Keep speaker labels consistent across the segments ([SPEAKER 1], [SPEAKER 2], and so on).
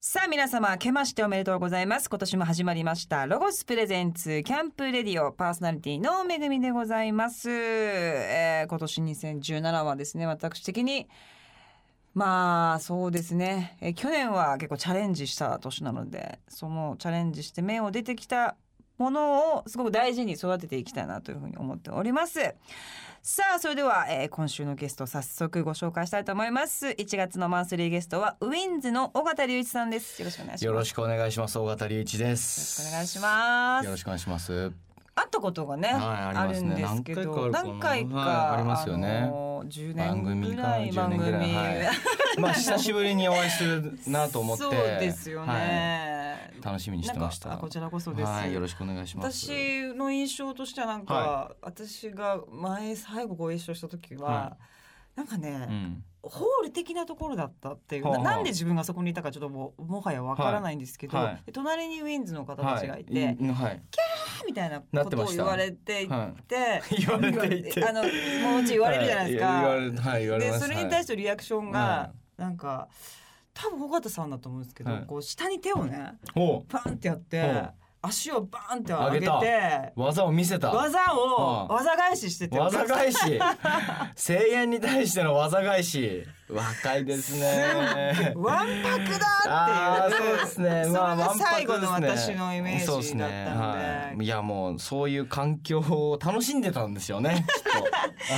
[SPEAKER 1] さあ皆様、明けましておめでとうございます。今年も始まりました。ロゴスプレゼンツキャンプレディオパーソナリティのめぐみでございます。えー今年2017はですね、私的に、まあそうですね、えー去年は結構チャレンジした年なので、そのチャレンジして面を出てきたものをすごく大事に育てていきたいなというふうに思っております。さあそれでは、えー今週のゲスト早速ご紹介したいと思います1月のマンスリーゲストはウィンズの尾形隆一さんですよろしくお願いします
[SPEAKER 2] よろしくお願いします。大型隆一です。
[SPEAKER 1] よろしくお願いします
[SPEAKER 2] よろしくお願いします。
[SPEAKER 1] 会ったことがね、
[SPEAKER 2] はい
[SPEAKER 1] あ
[SPEAKER 2] ありま
[SPEAKER 1] る
[SPEAKER 2] す
[SPEAKER 1] ん
[SPEAKER 2] ね
[SPEAKER 1] ですけど
[SPEAKER 2] 何回かあるかな
[SPEAKER 1] か
[SPEAKER 2] はいありますよね
[SPEAKER 1] の10
[SPEAKER 2] 番
[SPEAKER 1] 年
[SPEAKER 2] 組
[SPEAKER 1] ぐ
[SPEAKER 2] から
[SPEAKER 1] い
[SPEAKER 2] 10
[SPEAKER 1] 番
[SPEAKER 2] 年
[SPEAKER 1] 組
[SPEAKER 2] ぐらい、 はい、まあ久しぶりにお会いするなと思って、
[SPEAKER 1] そうですよね、
[SPEAKER 2] はい、楽しみにしてました。
[SPEAKER 1] なんかあこちらこそです、
[SPEAKER 2] はい、よろしくお願いします。
[SPEAKER 1] 私の印象としてはなんか、
[SPEAKER 2] は
[SPEAKER 1] 私が前最後ご一緒した時は、
[SPEAKER 2] は
[SPEAKER 1] なんかね、
[SPEAKER 2] うん、
[SPEAKER 1] ホール的なところだったっていう、
[SPEAKER 2] はあはあ
[SPEAKER 1] ななんで自分がそこにいたかちょっともうもはやわからないんですけど、
[SPEAKER 2] はいはい
[SPEAKER 1] で隣にウィンズの方た
[SPEAKER 2] は
[SPEAKER 1] ち
[SPEAKER 2] い、
[SPEAKER 1] がいて、
[SPEAKER 2] いはい、
[SPEAKER 1] みたいな
[SPEAKER 2] な
[SPEAKER 1] こ
[SPEAKER 2] って
[SPEAKER 1] と
[SPEAKER 2] ま
[SPEAKER 1] を
[SPEAKER 2] した
[SPEAKER 1] 言われていて、
[SPEAKER 2] はい、 言われていて、
[SPEAKER 1] あのもうちょい言われるじゃないですか。
[SPEAKER 2] はい、言われ、はい、言われ
[SPEAKER 1] で
[SPEAKER 2] ます。、
[SPEAKER 1] それに対しててリアクション
[SPEAKER 2] は
[SPEAKER 1] がなんか多分尾形さんだと思うんですけど、
[SPEAKER 2] はい
[SPEAKER 1] こう下に手をね
[SPEAKER 2] お
[SPEAKER 1] バンってやって、
[SPEAKER 2] うん
[SPEAKER 1] 足をバンって上げて
[SPEAKER 2] 上う技を見せた。
[SPEAKER 1] 技を、
[SPEAKER 2] うん
[SPEAKER 1] 技返ししてて
[SPEAKER 2] 技返 し声援に対しての技返し若いです ね
[SPEAKER 1] ワンパクだ
[SPEAKER 2] あ
[SPEAKER 1] っ
[SPEAKER 2] ー
[SPEAKER 1] ていう
[SPEAKER 2] そうですね。ま
[SPEAKER 1] それが
[SPEAKER 2] あ、わんぱく
[SPEAKER 1] 最後の
[SPEAKER 2] ですね
[SPEAKER 1] 私のイメージ
[SPEAKER 2] そうすね
[SPEAKER 1] だったので
[SPEAKER 2] はいいや、もう、そういう環境を楽しんでたんですよ ね。きっと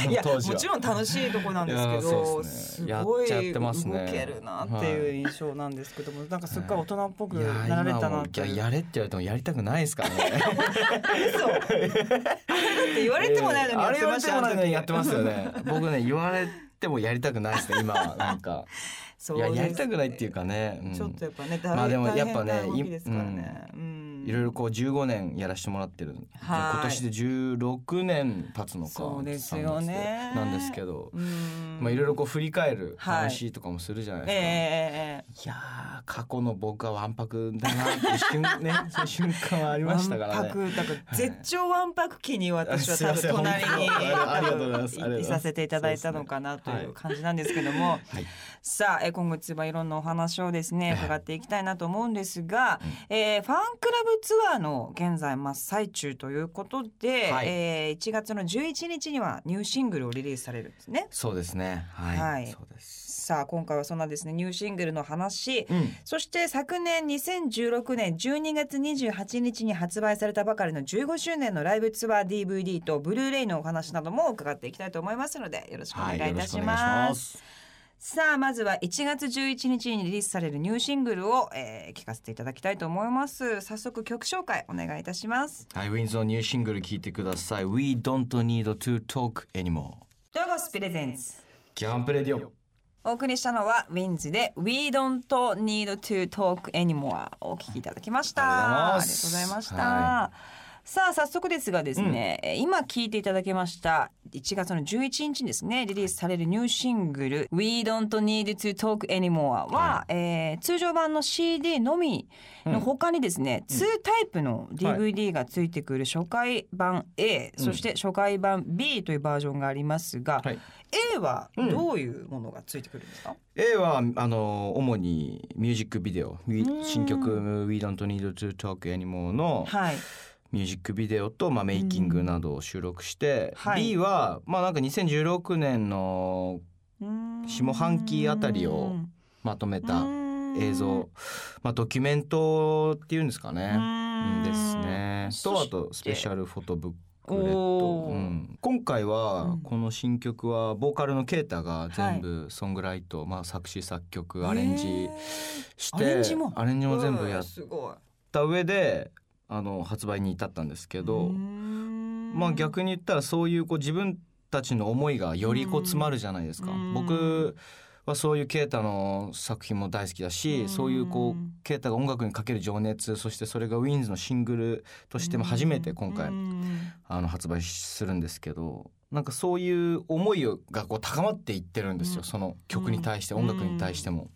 [SPEAKER 2] あの
[SPEAKER 1] いや
[SPEAKER 2] 当時は
[SPEAKER 1] もちろん楽しいとこなんですけ
[SPEAKER 2] いやそ
[SPEAKER 1] ど,、
[SPEAKER 2] うですすね
[SPEAKER 1] ごい
[SPEAKER 2] や
[SPEAKER 1] 動
[SPEAKER 2] っちゃってますね
[SPEAKER 1] けるなっていう印象なんですけども、なんかすっごい大人っぽく
[SPEAKER 2] いや
[SPEAKER 1] なられた
[SPEAKER 2] 今
[SPEAKER 1] な
[SPEAKER 2] も
[SPEAKER 1] っ
[SPEAKER 2] う
[SPEAKER 1] て
[SPEAKER 2] い
[SPEAKER 1] いう
[SPEAKER 2] ややれって言われてもやりたくないですからね。
[SPEAKER 1] 嘘あれだって言われてもないのに や
[SPEAKER 2] あ
[SPEAKER 1] っ
[SPEAKER 2] れ
[SPEAKER 1] て
[SPEAKER 2] 言わ
[SPEAKER 1] ま
[SPEAKER 2] れ
[SPEAKER 1] してた
[SPEAKER 2] もないのにやってます
[SPEAKER 1] あの時
[SPEAKER 2] よね。僕ね、言われてもやりたくないですね、今は。なんか。
[SPEAKER 1] そう
[SPEAKER 2] い
[SPEAKER 1] で
[SPEAKER 2] や、
[SPEAKER 1] す
[SPEAKER 2] やりたくないっていうかね。うん
[SPEAKER 1] ちょっとやっぱね、
[SPEAKER 2] まあでもやっぱね
[SPEAKER 1] 大変な動きですからね、うん
[SPEAKER 2] いろいろこう15年やらしてもらってる
[SPEAKER 1] はい
[SPEAKER 2] 今年で16年経つのか
[SPEAKER 1] そうですよね
[SPEAKER 2] なんですけど、
[SPEAKER 1] うん
[SPEAKER 2] まあいろいろこう振り返る
[SPEAKER 1] はい
[SPEAKER 2] 話とかもするじゃない
[SPEAKER 1] え
[SPEAKER 2] です
[SPEAKER 1] え
[SPEAKER 2] か、
[SPEAKER 1] えええ
[SPEAKER 2] いやー過去の僕はわんぱくだなっていう瞬 ねそういう瞬間はあり
[SPEAKER 1] え
[SPEAKER 2] ましたから
[SPEAKER 1] わんぱ
[SPEAKER 2] ね。
[SPEAKER 1] くだから絶頂わんぱく期に私は
[SPEAKER 2] すい
[SPEAKER 1] 多分
[SPEAKER 2] ません
[SPEAKER 1] 隣に
[SPEAKER 2] 本当にありがとうございますありがとうございます
[SPEAKER 1] いさせていただいたのかなという感じなんですけども、
[SPEAKER 2] はい、
[SPEAKER 1] さあ、えー今後一番いろんなお話をですね、伺っていきたいなと思うんですが、えーファンクラブツアーの現在真っ最中ということで、
[SPEAKER 2] はい
[SPEAKER 1] えー1月の11日にはニューシングルをリリースされるんですね。
[SPEAKER 2] そうですねはい、
[SPEAKER 1] はい
[SPEAKER 2] そうです、
[SPEAKER 1] さあ、今回はそんなですね、ニューシングルの話、
[SPEAKER 2] うん、
[SPEAKER 1] そして昨年2016年12月28日に発売されたばかりの15周年のライブツアー DVD とブルーレイのお話なども伺っていきたいと思いますので、よろしくお願いいたします。
[SPEAKER 2] す
[SPEAKER 1] さあまずは1月11日にリリースされるニューシングルを、えー聞かせていただきたいと思います早速曲紹介お願いいたします
[SPEAKER 2] はい、ウィンズのニューシングル聞いてください We don't need to talk anymore
[SPEAKER 1] ロゴスプレゼンツ
[SPEAKER 2] キャンプレディオ
[SPEAKER 1] お送りしたのはウィンズで We don't need to talk anymore をお聞きいただきました
[SPEAKER 2] ありがとうございます
[SPEAKER 1] ありがとうございました、
[SPEAKER 2] は
[SPEAKER 1] さあ早速ですがですね、えー今聞いていただきました1月の11日にですねリリースされるニューシングル「We Don't Need to Talk Anymore は」えー通常版の CD のみの他にですね、2タイプの DVD がついてくる初回版 A、そして初回版 B というバージョンがありますが、
[SPEAKER 2] はい
[SPEAKER 1] A はどういうものがついてくるんですか、
[SPEAKER 2] A はあの主にミュージックビデオ We-
[SPEAKER 1] うん
[SPEAKER 2] 新曲「We Don't Need to Talk Anymore」の
[SPEAKER 1] はい。
[SPEAKER 2] ミュージックビデオと、まあ、メイキングなどを収録して、
[SPEAKER 1] はい
[SPEAKER 2] B は、まあ、なんか2016年の下半期あたりをまとめた映像、まあ、ドキュメントっていうんですか
[SPEAKER 1] う
[SPEAKER 2] ね。うん
[SPEAKER 1] ーん
[SPEAKER 2] ですね。とあと
[SPEAKER 1] そし
[SPEAKER 2] ス
[SPEAKER 1] て
[SPEAKER 2] ペシャルフォトブックレット、
[SPEAKER 1] おー
[SPEAKER 2] うん今回
[SPEAKER 1] う
[SPEAKER 2] は
[SPEAKER 1] ん
[SPEAKER 2] この新曲はボーカルのケータ
[SPEAKER 1] は
[SPEAKER 2] が
[SPEAKER 1] い
[SPEAKER 2] 全部ソングライト、まあ、作詞作曲アレンジ
[SPEAKER 1] へ
[SPEAKER 2] して
[SPEAKER 1] アレンジも
[SPEAKER 2] アレンジ
[SPEAKER 1] ー
[SPEAKER 2] も全部
[SPEAKER 1] う
[SPEAKER 2] やっ
[SPEAKER 1] んすごい。
[SPEAKER 2] た上であの発売に至ったんですけど、
[SPEAKER 1] ま
[SPEAKER 2] まあ逆に言ったらそういうこう自分たちの思いがよりこう詰まるじゃないですか
[SPEAKER 1] うん。
[SPEAKER 2] 僕はそういう啓太の作品も大好き
[SPEAKER 1] う
[SPEAKER 2] だ
[SPEAKER 1] ん
[SPEAKER 2] しそういうこう啓太が音楽にかける情熱そしてそれがウィンズのシングルとしても初めて今回あの発売するんですけどなんかそういう思いがこう高まっていってるんです
[SPEAKER 1] う
[SPEAKER 2] よ
[SPEAKER 1] ん
[SPEAKER 2] その曲に対して
[SPEAKER 1] うん
[SPEAKER 2] 音楽に対しても。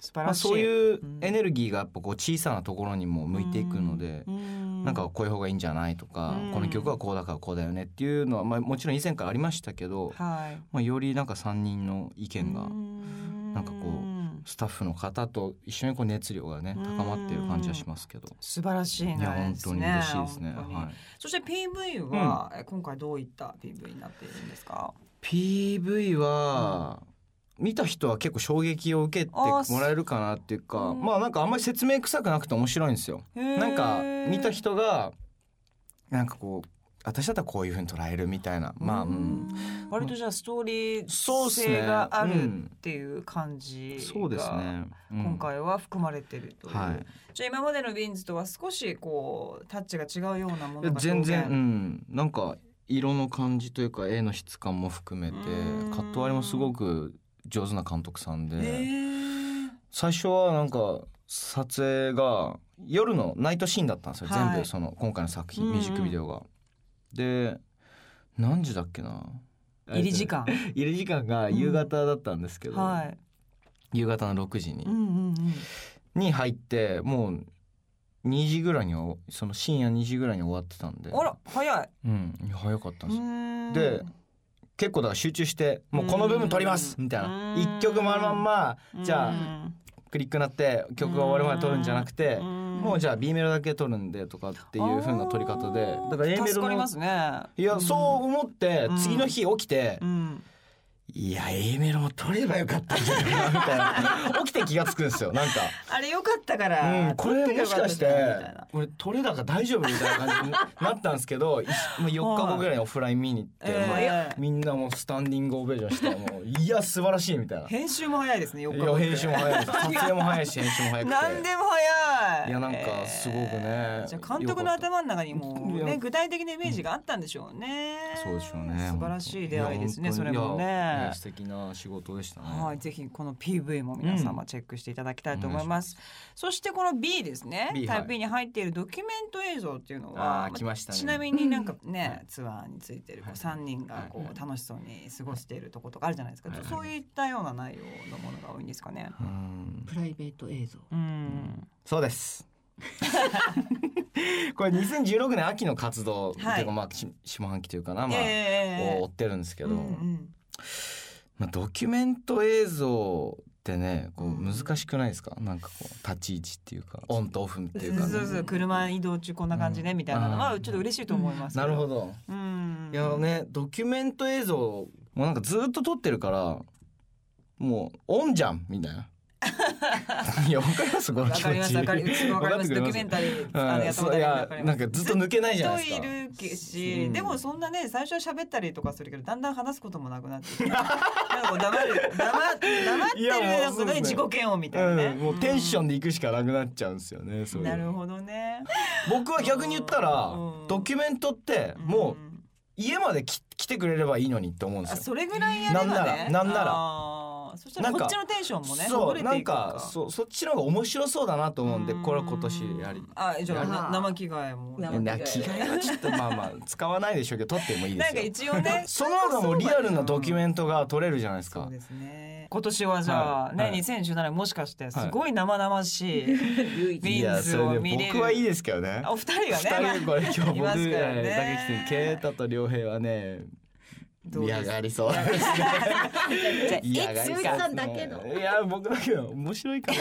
[SPEAKER 1] 素晴
[SPEAKER 2] ま
[SPEAKER 1] ら
[SPEAKER 2] あ、
[SPEAKER 1] しい。
[SPEAKER 2] そう
[SPEAKER 1] う
[SPEAKER 2] いううんエネルギーがやっぱこう小さなところにも向いていくので、
[SPEAKER 1] ん
[SPEAKER 2] なんかこういう方がいいんじゃないとか、
[SPEAKER 1] うん
[SPEAKER 2] この曲はこうだからこうだよねっていうのは、まあ、もちろん以前からありましたけど、
[SPEAKER 1] はい。
[SPEAKER 2] まあ、よりなんか3人の意見が
[SPEAKER 1] うーん
[SPEAKER 2] なんかこうスタッフの方と一緒にこう熱量がね
[SPEAKER 1] うん
[SPEAKER 2] 高まっている感じはしますけど、
[SPEAKER 1] 素晴らしいね。
[SPEAKER 2] いや本当に嬉しいですね。
[SPEAKER 1] 本当に
[SPEAKER 2] はい、
[SPEAKER 1] そして PV は、え今回どういった PV になっているんですか。
[SPEAKER 2] PV は、見た人は結構衝撃を受けてもらえるかなっていう
[SPEAKER 1] あー
[SPEAKER 2] か、
[SPEAKER 1] そう
[SPEAKER 2] まあなんかあんまり説明臭くなくて面白いんですよ。
[SPEAKER 1] な
[SPEAKER 2] なんか見た人がなんかこう私だったらこういうふうに捉えるみたいなまあ、うん、
[SPEAKER 1] 割とじゃあストーリ
[SPEAKER 2] そう
[SPEAKER 1] ー
[SPEAKER 2] です
[SPEAKER 1] 性
[SPEAKER 2] ね
[SPEAKER 1] があ
[SPEAKER 2] う
[SPEAKER 1] るっ
[SPEAKER 2] ん
[SPEAKER 1] ていう感じが
[SPEAKER 2] そうですね、うん
[SPEAKER 1] 今回は含まれてるという、
[SPEAKER 2] はい
[SPEAKER 1] じゃあ今までのビーンズとは少しこうタッチが違うようなものが表現
[SPEAKER 2] 全然、うん、なんか色の感じというか絵の質感も含めて
[SPEAKER 1] うん
[SPEAKER 2] カット割りもすごく上手な監督さんで、
[SPEAKER 1] えー
[SPEAKER 2] 最初はなんか撮影が夜のナイトシーンだったんですよ、
[SPEAKER 1] はい
[SPEAKER 2] 全部その今回の作品、
[SPEAKER 1] うんうん
[SPEAKER 2] ミュージックビデオが。で何時だっけな
[SPEAKER 1] 入り時間
[SPEAKER 2] 入り時間が夕方だったんですけど、
[SPEAKER 1] はい
[SPEAKER 2] 夕方の6時に、
[SPEAKER 1] うんうんうん
[SPEAKER 2] に入ってもう2時ぐらいにはその深夜2時ぐらいに終わってたんで
[SPEAKER 1] あら早い
[SPEAKER 2] うん、いや早かったんですよ
[SPEAKER 1] で
[SPEAKER 2] で結構だから集中してもうこの部分撮りますみたいな一曲丸まんまじゃあクリックなって曲が終わるまで撮るんじゃなくてもうじゃあ B メロだけ撮るんでとかっていう風な撮り方でだから A メ
[SPEAKER 1] 助
[SPEAKER 2] ロ
[SPEAKER 1] かりま
[SPEAKER 2] も
[SPEAKER 1] すね
[SPEAKER 2] いやそう思って
[SPEAKER 1] うん
[SPEAKER 2] 次の日起きて
[SPEAKER 1] うん、うん
[SPEAKER 2] いや A メロも撮ればよかったんじゃないかなみた いな起きて気がつくんですよなんか
[SPEAKER 1] あれ良かったか
[SPEAKER 2] う
[SPEAKER 1] ら
[SPEAKER 2] ん、これもしかし
[SPEAKER 1] 撮ってとけばよかったんだ
[SPEAKER 2] これ撮れ高大丈夫みたいな感じになったんです けどいもう4日後ぐらいにオフライン見に行って
[SPEAKER 1] み
[SPEAKER 2] まあ
[SPEAKER 1] たいなえー
[SPEAKER 2] みんなもうスタンディングオベーションしてもういや素晴らしいみたいな。い
[SPEAKER 1] 編集も早いですね4日後
[SPEAKER 2] や編集も早いです撮影も早いし編集も早くて。
[SPEAKER 1] なんでも早い。
[SPEAKER 2] いやなんかすごくね
[SPEAKER 1] えーじゃあ監督の頭の中にもう
[SPEAKER 2] い
[SPEAKER 1] ね
[SPEAKER 2] や
[SPEAKER 1] 具体的なイメージがあったんでしょうね。
[SPEAKER 2] そうでしょうね。
[SPEAKER 1] 素晴らしい出会いですね
[SPEAKER 2] や
[SPEAKER 1] それも
[SPEAKER 2] いや
[SPEAKER 1] ね
[SPEAKER 2] ね。素敵な仕事でしたね。
[SPEAKER 1] はい、ぜひこの PV も皆様チェックしていただきたいと思います。そしてこの B ですね、
[SPEAKER 2] B
[SPEAKER 1] 台北に入っているドキュメント映像っていうの
[SPEAKER 2] あ
[SPEAKER 1] は
[SPEAKER 2] ー、来ましたね
[SPEAKER 1] ちなみになんかね、ツアーについてるこ
[SPEAKER 2] は
[SPEAKER 1] う
[SPEAKER 2] い
[SPEAKER 1] 三人がこう楽しそうに過ごしているとことかあるじゃないですか。
[SPEAKER 2] はい
[SPEAKER 1] そういったような内容のものが多いんですかね。
[SPEAKER 2] うん
[SPEAKER 3] プライベート映像
[SPEAKER 1] うん、
[SPEAKER 2] そうです。 これ2016年秋の活動、
[SPEAKER 1] はい
[SPEAKER 2] ていうかまあし下半期というかなまあ、
[SPEAKER 1] え
[SPEAKER 2] を追
[SPEAKER 1] ー
[SPEAKER 2] ってるんですけど、
[SPEAKER 1] うんうん
[SPEAKER 2] まあ、ドキュメント映像ってねこう
[SPEAKER 1] うん
[SPEAKER 2] 難しくないですか、なんかこう立ち位置っていうかオンとオフっていうか、ね
[SPEAKER 1] そうそう車移動中こんな感じねみたいなのは
[SPEAKER 2] うん
[SPEAKER 1] ちょっと嬉しいと思いますけ
[SPEAKER 2] なるほど、
[SPEAKER 1] うん
[SPEAKER 2] いやねドキュメント映像もうなんかずっと撮ってるからもうオンじゃんみた いないやわかりますこ
[SPEAKER 1] わ
[SPEAKER 2] の気
[SPEAKER 1] かり
[SPEAKER 2] 持
[SPEAKER 1] ます
[SPEAKER 2] ち
[SPEAKER 1] わかりますわかりますドキュメンタリーあのや
[SPEAKER 2] うん、
[SPEAKER 1] った
[SPEAKER 2] そ
[SPEAKER 1] こ
[SPEAKER 2] う
[SPEAKER 1] と
[SPEAKER 2] い
[SPEAKER 1] あ
[SPEAKER 2] や
[SPEAKER 1] るんで
[SPEAKER 2] な
[SPEAKER 1] わ
[SPEAKER 2] ん
[SPEAKER 1] かり
[SPEAKER 2] かずっと抜けないじゃない
[SPEAKER 1] ま人
[SPEAKER 2] ですすか
[SPEAKER 1] いるけし、
[SPEAKER 2] うん
[SPEAKER 1] でもそんなね最初は喋ったりとかするけどだんだん話すこともなくなってきてなんかこう黙る黙黙って
[SPEAKER 2] い
[SPEAKER 1] る
[SPEAKER 2] やもう
[SPEAKER 1] なんか
[SPEAKER 2] そうです
[SPEAKER 1] ね
[SPEAKER 2] ね
[SPEAKER 1] 自己嫌悪みたいなね、
[SPEAKER 2] うん、もうテンショ
[SPEAKER 1] ン
[SPEAKER 2] ンで行くしかなくなっちゃうんですよねそういう
[SPEAKER 1] なるほどね
[SPEAKER 2] 僕は逆に言ったら、
[SPEAKER 1] うん
[SPEAKER 2] ドキュメントってもう家までき来てくれればいいのにって思うん
[SPEAKER 1] うん
[SPEAKER 2] で
[SPEAKER 1] あ
[SPEAKER 2] すよ。
[SPEAKER 1] それぐらいやればね
[SPEAKER 2] なんならなんなら
[SPEAKER 1] あーそしたらこっちのテンションもねほ
[SPEAKER 2] そ
[SPEAKER 1] ぐ
[SPEAKER 2] う
[SPEAKER 1] れ
[SPEAKER 2] な
[SPEAKER 1] て
[SPEAKER 2] ん
[SPEAKER 1] いくか
[SPEAKER 2] かそそっちの方が面白そうだなと思うんで
[SPEAKER 1] うん
[SPEAKER 2] これは今年やり。
[SPEAKER 1] あじゃあ
[SPEAKER 3] あ
[SPEAKER 1] な
[SPEAKER 3] ー
[SPEAKER 1] 生着替えも
[SPEAKER 3] 生
[SPEAKER 2] な着替えはちょっとまあまあ使わないでしょうけど撮ってもいいで
[SPEAKER 1] なん
[SPEAKER 2] す
[SPEAKER 1] か
[SPEAKER 2] よ。
[SPEAKER 1] 一応ね
[SPEAKER 2] その方がもうリアルなドキュメントが撮れるじゃないです
[SPEAKER 1] そ
[SPEAKER 2] か
[SPEAKER 1] う。ですね今年はじゃあね、
[SPEAKER 2] はい
[SPEAKER 1] 2017年もしかしてすごい生々しい、
[SPEAKER 3] 唯一
[SPEAKER 1] い
[SPEAKER 2] い
[SPEAKER 1] や
[SPEAKER 2] や
[SPEAKER 1] そ
[SPEAKER 2] そ
[SPEAKER 1] れ
[SPEAKER 2] れ
[SPEAKER 1] で
[SPEAKER 2] で
[SPEAKER 1] 見れる
[SPEAKER 2] 僕はいいですけどね。
[SPEAKER 1] お二人
[SPEAKER 2] 二
[SPEAKER 1] がね
[SPEAKER 2] 人これ今日
[SPEAKER 1] いま
[SPEAKER 2] 僕
[SPEAKER 1] すからね
[SPEAKER 2] えーだけ来てるケイタと良平はね
[SPEAKER 1] どうです
[SPEAKER 2] 嫌がりそうですね。 嫌がりそうですね
[SPEAKER 3] えつみさんだけの
[SPEAKER 2] いや僕だけの面白いかな。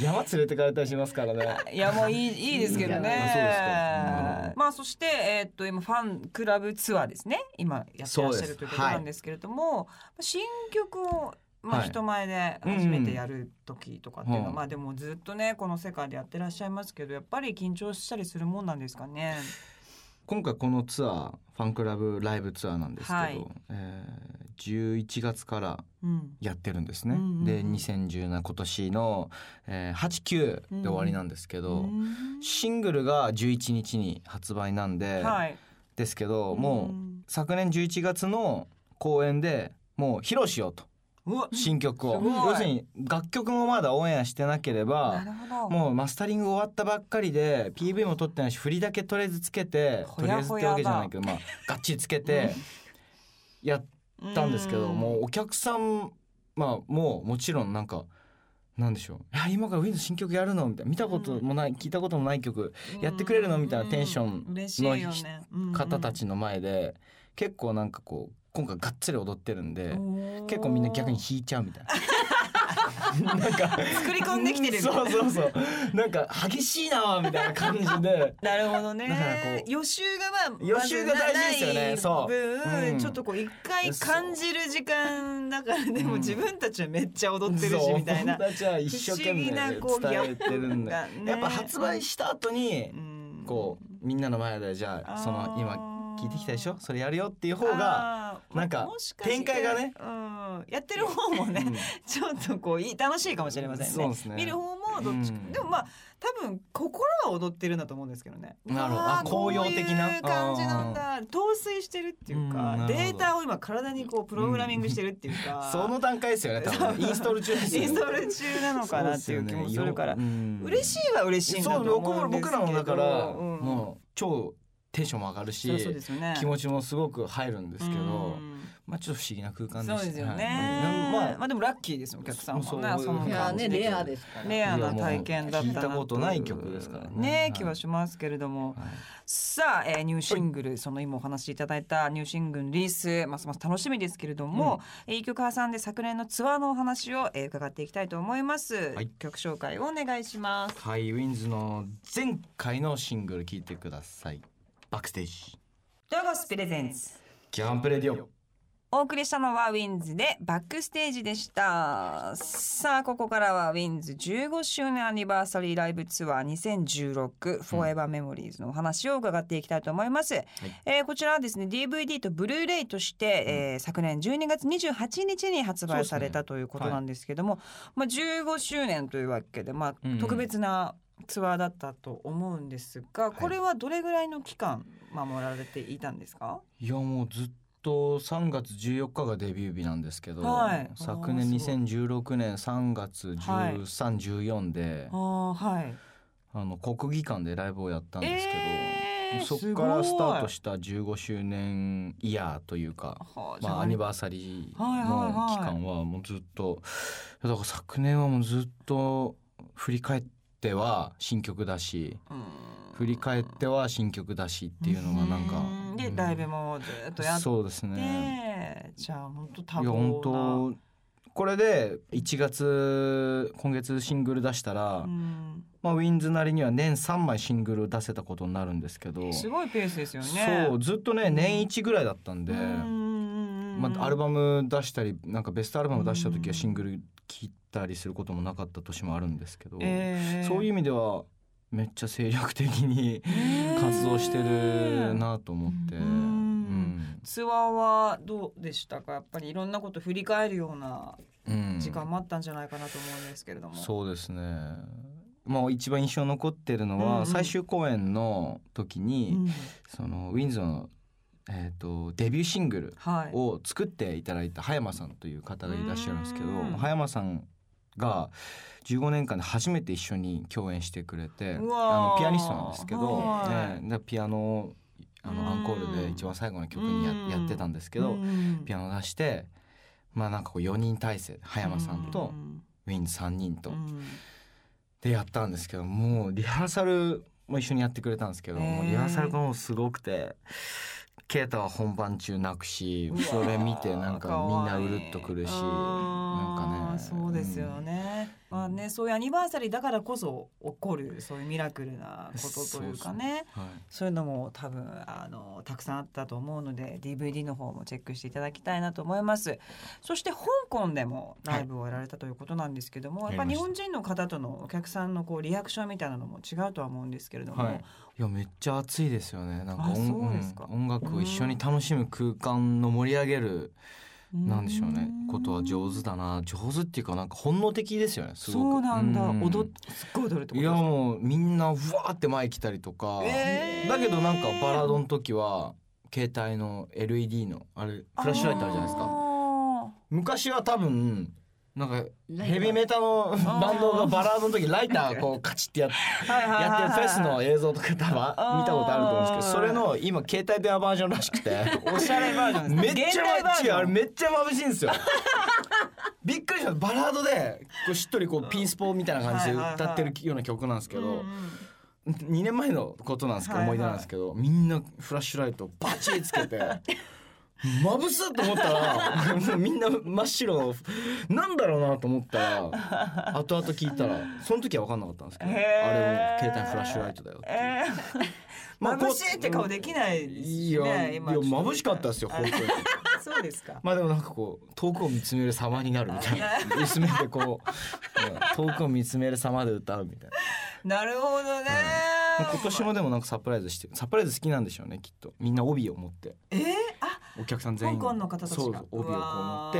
[SPEAKER 2] 山連れてかれたりしますからね。
[SPEAKER 1] いやもういいいいですけど
[SPEAKER 2] いやそう
[SPEAKER 1] ね
[SPEAKER 2] ですか。
[SPEAKER 1] まあそしてえーっと今ファンクラブツアーですね。今やってらっしゃるということなんですけれども、新曲をまあ
[SPEAKER 2] はい
[SPEAKER 1] 人前で初めてやる時とかっていうのは、
[SPEAKER 2] うん
[SPEAKER 1] まあでもずっとねこの世界でやってらっしゃいますけどやっぱり緊張したりするもんなんですかね。
[SPEAKER 2] 今回このツアーファンクラブライブツアーなんですけど、
[SPEAKER 1] はい
[SPEAKER 2] えー、11月から
[SPEAKER 1] うん。
[SPEAKER 2] やってるんですね、
[SPEAKER 1] うんうんうん
[SPEAKER 2] で2017今年の、えー、89で終わりなんですけど、
[SPEAKER 1] うん
[SPEAKER 2] シングルが11日に発売なんで、
[SPEAKER 1] はい。
[SPEAKER 2] ですけどもう昨年11月の公演でもう披露しようと
[SPEAKER 1] うんうわ
[SPEAKER 2] 新曲
[SPEAKER 1] す
[SPEAKER 2] を、
[SPEAKER 1] ごい
[SPEAKER 2] 要するに楽曲もまだオンエアしてなけれ
[SPEAKER 1] な
[SPEAKER 2] ば
[SPEAKER 1] るほど。
[SPEAKER 2] もうマスタリング終わったばっかりで PV も撮ってないし振りだけとりあえずつけて
[SPEAKER 1] ほ
[SPEAKER 2] とり
[SPEAKER 1] や
[SPEAKER 2] あえずっ
[SPEAKER 1] ほやだ
[SPEAKER 2] てわけじゃないけどまあがっちりつけてやったんですけど
[SPEAKER 1] う
[SPEAKER 2] もうお客さんまあもうもちろんなんかなんでしょう「いや今から Windows 新曲やるの?」みたいな見たこともない聞いたこともない曲やってくれるのみたいなテンション
[SPEAKER 1] ン
[SPEAKER 2] 方たちの前で結構なんかこう今回がっつり踊ってるんで
[SPEAKER 1] 結
[SPEAKER 2] 結構みんな逆に弾いちゃうみたいな。なんか
[SPEAKER 1] 作り込んできてるみたいな
[SPEAKER 2] そうそうそうなんか激しいなみたいな感じで
[SPEAKER 1] なるほど
[SPEAKER 2] だからこ
[SPEAKER 1] ね。
[SPEAKER 2] う
[SPEAKER 1] 予習がまあ
[SPEAKER 2] 予習が大事ですよね
[SPEAKER 1] まず
[SPEAKER 2] そう
[SPEAKER 1] ない分
[SPEAKER 2] うん
[SPEAKER 1] ちょっとこう一回感じる時間だからでも
[SPEAKER 2] うん
[SPEAKER 1] 自分たちはめっちゃ踊ってるしみたいな。
[SPEAKER 2] そう僕たちは一生懸命伝えて
[SPEAKER 1] 不思議
[SPEAKER 2] るんだ、
[SPEAKER 1] なこうギャップがね
[SPEAKER 2] やっぱ発売した後に
[SPEAKER 1] うん
[SPEAKER 2] こうみんなの前でじゃあその今聞いてきたでしょそれやるよっていう方が
[SPEAKER 1] あー
[SPEAKER 2] なんか
[SPEAKER 1] もしして
[SPEAKER 2] 展開がね
[SPEAKER 1] うん、やってる方もね、
[SPEAKER 2] うん
[SPEAKER 1] ちょっとこういい楽しいかもしれませんね
[SPEAKER 2] そうですね
[SPEAKER 1] 見る方もどっちか、
[SPEAKER 2] うん
[SPEAKER 1] でもまあ多分心は踊ってるんだと思うんですけどね
[SPEAKER 2] なるほど
[SPEAKER 1] あ
[SPEAKER 2] あ紅葉的な
[SPEAKER 1] こういう感じなんだ陶酔してるっていうか、
[SPEAKER 2] うんなる
[SPEAKER 1] デ
[SPEAKER 2] ほ
[SPEAKER 1] ー
[SPEAKER 2] ど
[SPEAKER 1] タを今体にこうプログラミングしてるっていうか、
[SPEAKER 2] その段階ですよね多分インストール中ですよ
[SPEAKER 1] イ
[SPEAKER 2] ね
[SPEAKER 1] ンストール中なのかなっていう気もするから、嬉
[SPEAKER 2] い
[SPEAKER 1] しいは嬉しいんだ
[SPEAKER 2] そう
[SPEAKER 1] と思う
[SPEAKER 2] 僕も
[SPEAKER 1] んですけ
[SPEAKER 2] 僕
[SPEAKER 1] ど
[SPEAKER 2] らもだから、
[SPEAKER 1] うん
[SPEAKER 2] もう超テンションも上がるし、
[SPEAKER 1] そりゃそうですよね
[SPEAKER 2] 気持ちもすごく入るんで
[SPEAKER 1] です
[SPEAKER 2] けど、まあちょっと不思議な空間でした
[SPEAKER 1] そうですよね、
[SPEAKER 2] はい
[SPEAKER 1] まあでもラッキーですお客さんは
[SPEAKER 2] そう
[SPEAKER 1] ね
[SPEAKER 2] そう
[SPEAKER 1] その
[SPEAKER 2] い
[SPEAKER 3] いやーねレアですから
[SPEAKER 1] レアな体験だったなという
[SPEAKER 2] いやもう聞いたことない曲ですからね
[SPEAKER 1] ね
[SPEAKER 2] はい
[SPEAKER 1] 気はしますけれども、
[SPEAKER 2] はい
[SPEAKER 1] さあ、えー、ニューシングルその今お話しいただいたニューシングルリリースますます楽しみですけれども、えー一曲挟んで昨年のツアーのお話を、えー、伺っていきたいと思います、
[SPEAKER 2] はい
[SPEAKER 1] 曲紹介をお願いします
[SPEAKER 2] はい、ウィンズの前回のシングル聴いてください。バックステージ。
[SPEAKER 1] ロゴスプレゼンス
[SPEAKER 2] キャンプレディオ。
[SPEAKER 1] お送りしたのはウィンズでバックステージでしたさあここからはウィンズ15周年アニバーサリーライブツアー2016フォーエバーメモリーズのお話を伺っていきたいと思います、えーこちらはですね DVD とブルーレイとして、えー昨年12月28日に発売されたということなんですけども、まあ、15周年というわけで、まあ
[SPEAKER 2] うんうん
[SPEAKER 1] 特別なツアーだったと思うんですがこれはどれぐらいの期間守られていたんですか、
[SPEAKER 2] いや、もうずっと3月14日がデビュー日なんですけど、
[SPEAKER 1] はい
[SPEAKER 2] 昨年
[SPEAKER 1] あーすご
[SPEAKER 2] 2016年3月13、14で
[SPEAKER 1] あ、あはい
[SPEAKER 2] あの国技館でライブをやったんですけど、
[SPEAKER 1] えー
[SPEAKER 2] そこからスタート
[SPEAKER 1] す
[SPEAKER 2] した15周年イヤーというか。
[SPEAKER 1] ごいはあじゃ
[SPEAKER 2] ま
[SPEAKER 1] あ
[SPEAKER 2] あ、アニバーサリー
[SPEAKER 1] はいはい
[SPEAKER 2] の
[SPEAKER 1] はい
[SPEAKER 2] 期間はもうずっとだから昨年はもうずっと振り返っては新曲だし
[SPEAKER 1] うん
[SPEAKER 2] 振り返っては新曲だしっていうのがなんか
[SPEAKER 1] うんで
[SPEAKER 2] うん
[SPEAKER 1] ライブもずっとやって
[SPEAKER 2] そうですね
[SPEAKER 1] じゃあ本当多
[SPEAKER 2] いや本
[SPEAKER 1] 忙
[SPEAKER 2] 当これで1月今月シングル出したら、
[SPEAKER 1] な、うん
[SPEAKER 2] まあ、ウィンズなりには年3枚シングルを出せたことになるんですけど
[SPEAKER 1] すごいペースですよね
[SPEAKER 2] そうずっとね年1ぐらいだったんで。まあ、アル
[SPEAKER 1] バ
[SPEAKER 2] バム出したりなんかベストアルバム出した時
[SPEAKER 1] うん
[SPEAKER 2] はシングル聴いたりすることもなかった年もあるんですけど、
[SPEAKER 1] えー
[SPEAKER 2] そういう意味ではめっちゃ精力的に活動してるなと思って、
[SPEAKER 1] うん
[SPEAKER 2] うん
[SPEAKER 1] ツアーはどうでしたかやっぱりいろんなこと振り返るような
[SPEAKER 2] うん
[SPEAKER 1] 時間もあったんじゃないかなと思うんですけれども、
[SPEAKER 2] そうですねまあ一番印象残ってるのは、
[SPEAKER 1] うんうん
[SPEAKER 2] 最終公演の時に、
[SPEAKER 1] うん
[SPEAKER 2] そのウィンズの、えー、とデビューシングル
[SPEAKER 1] はい
[SPEAKER 2] を作っていただいた葉山さんという方がいらっしゃるんですけど
[SPEAKER 1] うん
[SPEAKER 2] 葉山さんが15年間で初めて一緒に共演してくれてあ
[SPEAKER 1] うわー
[SPEAKER 2] のピアニストなんですけど、
[SPEAKER 1] はい
[SPEAKER 2] ねでピアノをあ
[SPEAKER 1] うん
[SPEAKER 2] のアンコールで一番最後の曲にや
[SPEAKER 1] うん
[SPEAKER 2] やってたんですけど
[SPEAKER 1] うん
[SPEAKER 2] ピアノ出してまあなんかこう4人体制で葉山さんと
[SPEAKER 1] うん
[SPEAKER 2] ウィンズ3人と
[SPEAKER 1] うん
[SPEAKER 2] でやったんですけどもうリハーサルも一緒にやってくれたんですけど、
[SPEAKER 1] へー
[SPEAKER 2] もうリハーサルがもうすごくて啓太は本番中泣くし
[SPEAKER 1] うわー
[SPEAKER 2] それ見てなんかみんなうるっとくるし
[SPEAKER 1] あ
[SPEAKER 2] な
[SPEAKER 1] ー
[SPEAKER 2] んかね
[SPEAKER 1] そうですよね、まあねそういうアニバーサリーだからこそ起こるそういうミラクルなことというかね
[SPEAKER 2] うんは
[SPEAKER 1] そういうのも多分あのたくさんあったと思うので DVD の方もチェックしていただきたいなと思いますそして香港でもライブをやられたということなんですけども、
[SPEAKER 2] はい
[SPEAKER 1] やっぱり日
[SPEAKER 2] やり
[SPEAKER 1] 本
[SPEAKER 2] ま
[SPEAKER 1] 人の方とのお客さんのこうリアクションみたいなのも違うとは思うんですけれども、
[SPEAKER 2] い、はい、いやめっちゃ熱いですよねなんか
[SPEAKER 1] あ
[SPEAKER 2] 音
[SPEAKER 1] そうですか
[SPEAKER 2] うん音楽を一緒に楽しむ空間の盛り上げるなんでしょうね
[SPEAKER 1] ん
[SPEAKER 2] ことは上手だな上手っていうかなんか本能的ですよねすご
[SPEAKER 1] そ
[SPEAKER 2] く
[SPEAKER 1] うなんだ、
[SPEAKER 2] うん
[SPEAKER 1] 踊っすっごい踊るってこと
[SPEAKER 2] いや
[SPEAKER 1] ですか
[SPEAKER 2] もうみんなうわーって前来たりとか、
[SPEAKER 1] えー
[SPEAKER 2] だけどなんかバラードの時は携帯の LED のあれフラッシュライトあるじゃないです
[SPEAKER 1] あ
[SPEAKER 2] か
[SPEAKER 1] ー
[SPEAKER 2] 昔は多分なんか
[SPEAKER 3] ライブ
[SPEAKER 2] ヘビメタのバンドがバラードの時ライターこうカチッてやっ
[SPEAKER 1] はいはいはい
[SPEAKER 2] や
[SPEAKER 1] はい
[SPEAKER 2] ってるフェスの映像とか多分見たことあると思うんですけどそれの今携帯電話バージョンらしくて
[SPEAKER 1] おしゃれバージョン
[SPEAKER 2] め
[SPEAKER 1] ですね
[SPEAKER 2] っちゃ
[SPEAKER 1] 現代バージ
[SPEAKER 2] 違う
[SPEAKER 1] ョン
[SPEAKER 2] あれめっちゃ眩しいんですよびっくりしたバラードでこうしっとりこうピースポーみたいな感じで歌ってるような曲なんですけど、
[SPEAKER 1] うんうん
[SPEAKER 2] 2年前のことなんですけど、
[SPEAKER 1] はいはい
[SPEAKER 2] 思い出なんですけどみんなフラッシュライトバチッつけて まぶすと思ったら もうみんな真っ白のなんだろうなと思ったら後々聞いたらその時は分かんなかったんですけどあれ
[SPEAKER 1] へー
[SPEAKER 2] も携帯フラッシュライトだよっていう
[SPEAKER 1] えー
[SPEAKER 2] まあこう
[SPEAKER 1] 眩しいって顔できないです
[SPEAKER 2] い
[SPEAKER 1] し
[SPEAKER 2] や、
[SPEAKER 1] ね
[SPEAKER 2] いや
[SPEAKER 1] 今ちょっと
[SPEAKER 2] 眩しかったですよ本当に
[SPEAKER 1] そうですか
[SPEAKER 2] まあでもなんかこう遠くを見つめる様になるみた いな薄めてこう、うん遠くを見つめる様で歌うみたいな
[SPEAKER 1] なるほどね、
[SPEAKER 2] まあ今年もでもなんかサプライズしてサプライズ好きなんでしょうねきっとみんな帯を持って
[SPEAKER 1] えー、あ
[SPEAKER 2] お客さん全員
[SPEAKER 1] 香港の方たちが
[SPEAKER 2] そうそう帯をこう持っ